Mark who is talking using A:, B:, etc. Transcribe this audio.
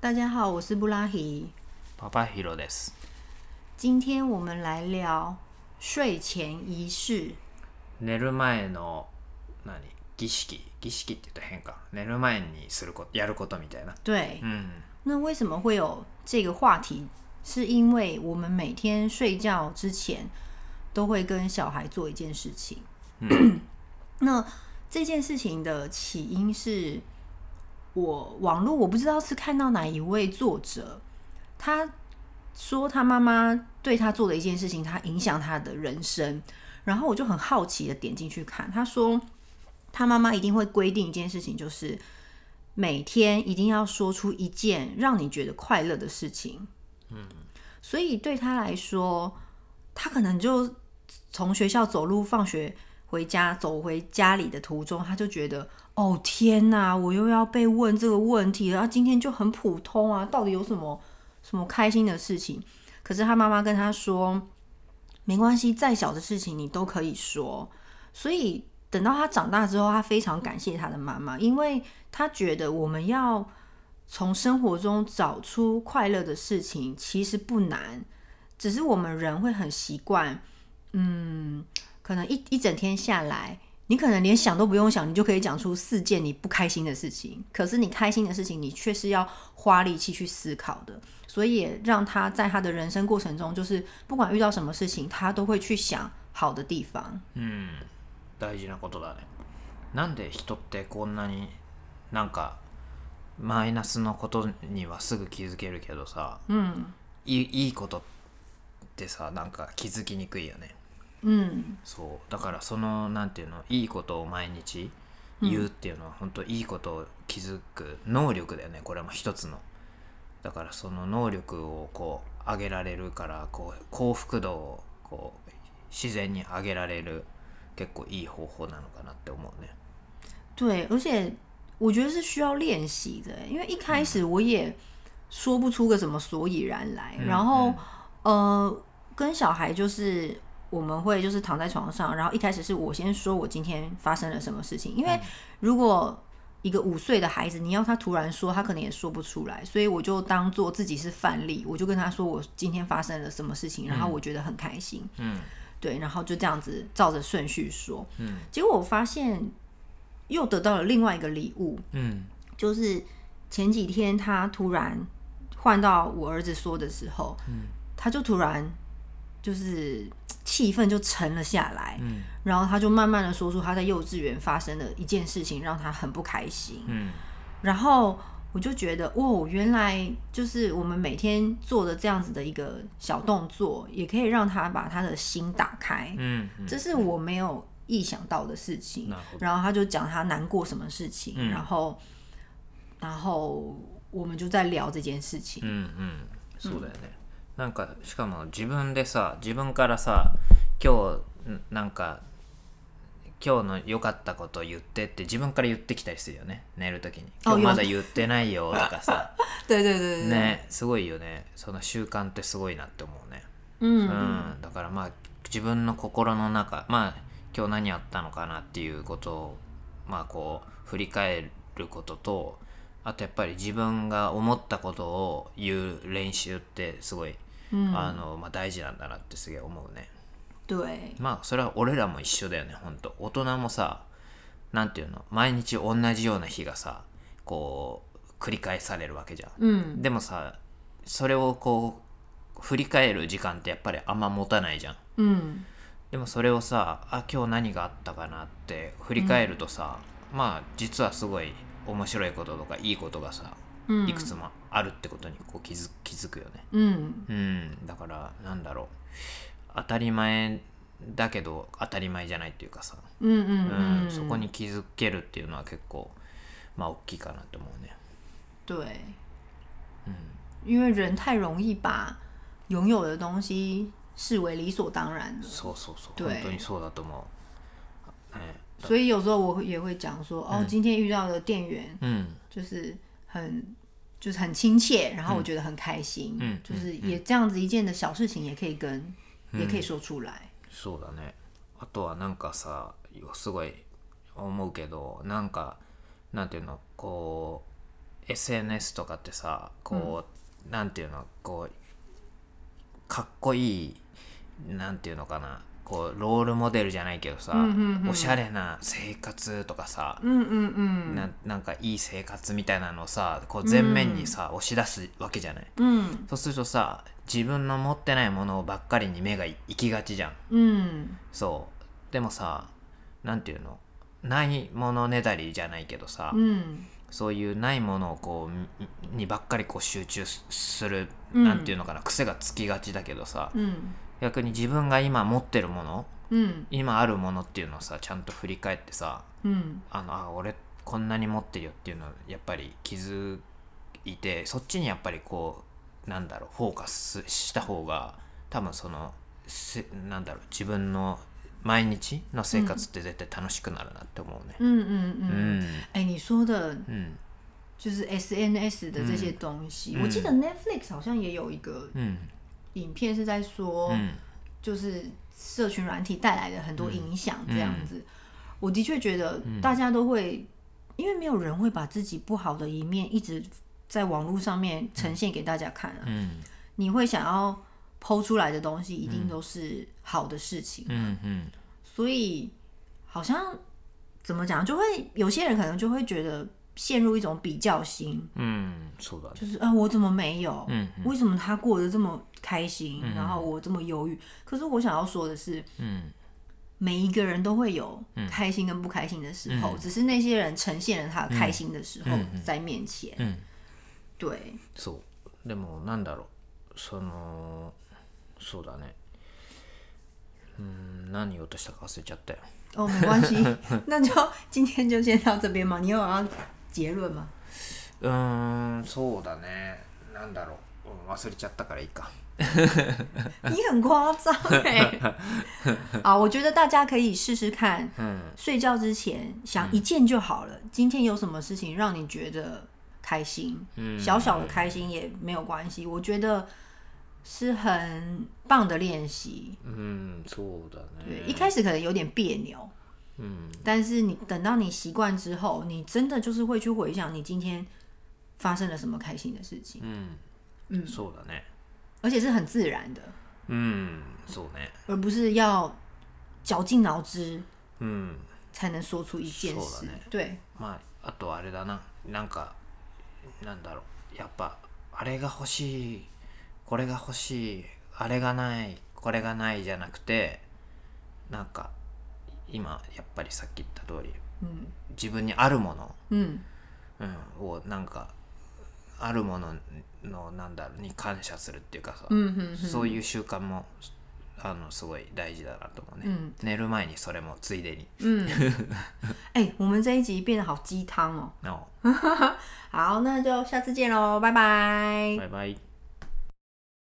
A: 大家好，我是布拉希。
B: パパヒロです。
A: 今天我们来聊睡前仪式。
B: 寝る前の何儀式儀式って言うと変か。寝る前にすることやることみたいな。
A: 对
B: う，ん。
A: 那为什么会有这个话题？是因为我们每天睡觉之前都会跟小孩做一件事情。 那这件事情的起因是我网络我不知道是看到哪一位作者，他说他妈妈对他做的一件事情，他影响他的人生。然后我就很好奇的点进去看，他说他妈妈一定会规定一件事情，就是每天一定要说出一件让你觉得快乐的事情。嗯，所以对他来说，他可能就从学校走路放学回家，走回家里的途中，他就觉得哦天哪，我又要被问这个问题了。啊、今天就很普通啊，到底有什么什么开心的事情？可是他妈妈跟他说，没关系，再小的事情你都可以说。所以等到他长大之后，他非常感谢他的妈妈，因为他觉得我们要从生活中找出快乐的事情，其实不难，只是我们人会很习惯，嗯，可能一一整天下来。你可能连想都不用想，你就可以讲出四件你不开心的事情。可是你开心的事情，你却是要花力气去思考的，所以也让他在他的人生过程中，就是不管遇到什么事情，他都会去想好的地方。
B: 大事なことだね。なんで人ってこんなになんかマイナスのことにはすぐ気づけるけどさ、いいいいことってさなんか気づきにくいよね。
A: 嗯，
B: そうだからそのなんていうのいいことを毎日言うっていうのは、本当いいことを気づく能力だよねこれも一つのだからその能力をこう上げられるからこう幸福度をこう自然に上げられる結構いい方法なのかなって思うね
A: 对，而且我觉得是需要练习的，欸因为一开始我也说不出个什么所以然来，然后、呃，跟小孩就是我们会就是躺在床上，然后一开始是我先说我今天发生了什么事情，因为如果一个五岁的孩子，你要他突然说，他可能也说不出来，所以我就当做自己是范例，我就跟他说我今天发生了什么事情，然后我觉得很开心，
B: うん
A: 对，然后就这样子照着顺序说，嗯，结果我发现又得到了另外一个礼物，
B: うん
A: 就是前几天他突然换到我儿子说的时候，嗯，他就突然就是气氛就沉了下来，
B: 嗯，
A: 然后他就慢慢的说出他在幼稚园发生的一件事情，让他很不开心，
B: うん
A: 然后我就觉得，哦，原来就是我们每天做的这样子的一个小动作，也可以让他把他的心打开，
B: うんうん
A: 这是我没有意想到的事情
B: な。るほど
A: 然后他就讲他难过什么事情，
B: 嗯
A: 然后，然后我们就在聊这件事情。
B: うんうんそうだよね、なんかしかも自分でさ自分からさ今日んなんか今日の良かったこと言ってって自分から言ってきたりするよね寝る時に「
A: あ
B: 今日まだ言ってないよ」とかさ
A: 对对对对对，
B: ねすごいよねその習慣ってすごいなって思うねう
A: 嗯，
B: んだからまあ自分の心の中まあ今日何あったのかなっていうことをまあこう振り返ることとあとやっぱり自分が思ったことを言う練習ってすごい、
A: 嗯
B: あのまあ、大事なんだなってすげえ思うね
A: 对，
B: まあそれは俺らも一緒だよねほんと大人もさなんていうの毎日同じような日がさこう繰り返されるわけじゃん
A: 嗯，
B: でもさそれをこう振り返る時間ってやっぱりあんま持たないじゃん
A: 嗯，
B: でもそれをさあ今日何があったかなって振り返るとさ、まあ実はすごい面白いこととかいいことがさ
A: 嗯
B: いくつもあるってことにこう気づ気づくよね
A: 嗯，
B: うんだからなんだろう当たり前だけど当たり前じゃないっていうかさ、
A: 嗯嗯
B: うん
A: 嗯，
B: そこに気づけるっていうのは結構まあ大きいかなと思うね
A: 对，
B: うん
A: 因为人太容易把拥有的东西视为理所当然了，
B: そうそうそう
A: 对
B: 本当にそうだと思うね
A: 所以有时候我也会讲说，哦，今天遇到的店员
B: うん
A: 就是很就是很亲切，然后我觉得很开心，
B: 嗯嗯
A: 就是也这样子一件的小事情也可以跟、也可以说出来，
B: そうだねあとはなんかさすごい思うけどなんかなんていうのこう SNS とかってさこう、なんていうのこうかっこいいなんていうのかなこうロールモデルじゃないけどさ、
A: うんうんうん
B: おしゃれな生活とかさ、
A: うんうんうん
B: なんなんかいい生活みたいなのをさこう前面にさ、押し出すわけじゃない
A: うん
B: そうするとさ自分の持ってないものばっかりに目がい行きがちじゃん
A: うん
B: そうでもさなんていうのないものねだりじゃないけどさ、
A: うん
B: そういうないものをこうにばっかりこう集中すする、
A: うん
B: なんていうのかな癖がつきがちだけどさ
A: うん
B: 逆に自分が今持ってるもの
A: うん
B: 今あるものっていうのをさちゃんと振り返ってさ
A: うん
B: あのあ俺こんなに持ってるよっていうのをやっぱり気づいてそっちにやっぱりこうなんだろうフォーカスした方が多分そのせなんだろう自分の毎日の生活って絶対楽しくなるなって思うね。
A: 嗯嗯
B: う
A: 嗯，
B: ん
A: 哎，你说的
B: うん
A: 就是 SNS 的这些东西，
B: 嗯
A: 我记得 Netflix 好像也有一个
B: うん
A: 影片是在说
B: う，ん
A: 就是社群软体带来的很多影响这样子。我的确觉得大家都会，因为没有人会把自己不好的一面一直在网络上面呈现给大家看啊，
B: うん
A: 你会想要剖出来的东西一定都是好的事情，
B: うんうん
A: 所以好像怎么讲，就会有些人可能就会觉得陷入一种比较心，
B: うんそうだね。
A: 就是啊、我怎么没有？
B: うん
A: 为什么他过得这么开心，然后我这么忧郁？可是我想要说的是，
B: うん
A: 每一个人都会有开心跟不开心的时候，只是那些人呈现了他开心的时候在面前。
B: うん
A: 对，
B: そうでもなんだろうそのそうだねうーん何言おうとしたか忘れちゃったよ
A: 哦，没关系， 那就今天就先到这边嘛。你有要结论吗？
B: うーんそうだねなんだろううん忘れちゃったからいいか
A: 你很夸张哎！啊，我觉得大家可以试试看，
B: うん
A: 睡觉之前想一件就好了。今天有什么事情让你觉得开心？
B: 嗯
A: 小小的开心也没有关系。我觉得是很棒的练习。
B: うんそうだ
A: 对，
B: ね
A: 一开始可能有点别扭，
B: うん
A: 但是你等到你习惯之后，你真的就是会去回想你今天发生了什么开心的事情，
B: うん、
A: うん
B: そうだね
A: 而且是很自然的，
B: うんそうね
A: 而不是要绞尽脑汁
B: うん
A: 才能说出一件
B: そう
A: 事
B: だね。
A: 对，
B: まああとあれだななんかなんだろうやっぱあれが欲しいこれが欲しいあれがないこれがないじゃなくてなんか今やっぱりさっき言った通り
A: 嗯
B: 自分にあるもの、
A: 嗯
B: うん、をなんかあるもののなんだろうに感謝するっていうかさ、
A: 嗯嗯
B: そういう習慣もあのすごい大事だなと思うね、
A: うん
B: 寝る前にそれもついでに
A: 嗯，哎、我们这一集变得好鸡汤哦。
B: の
A: 好，那就下次见喽，拜拜。
B: バイバイ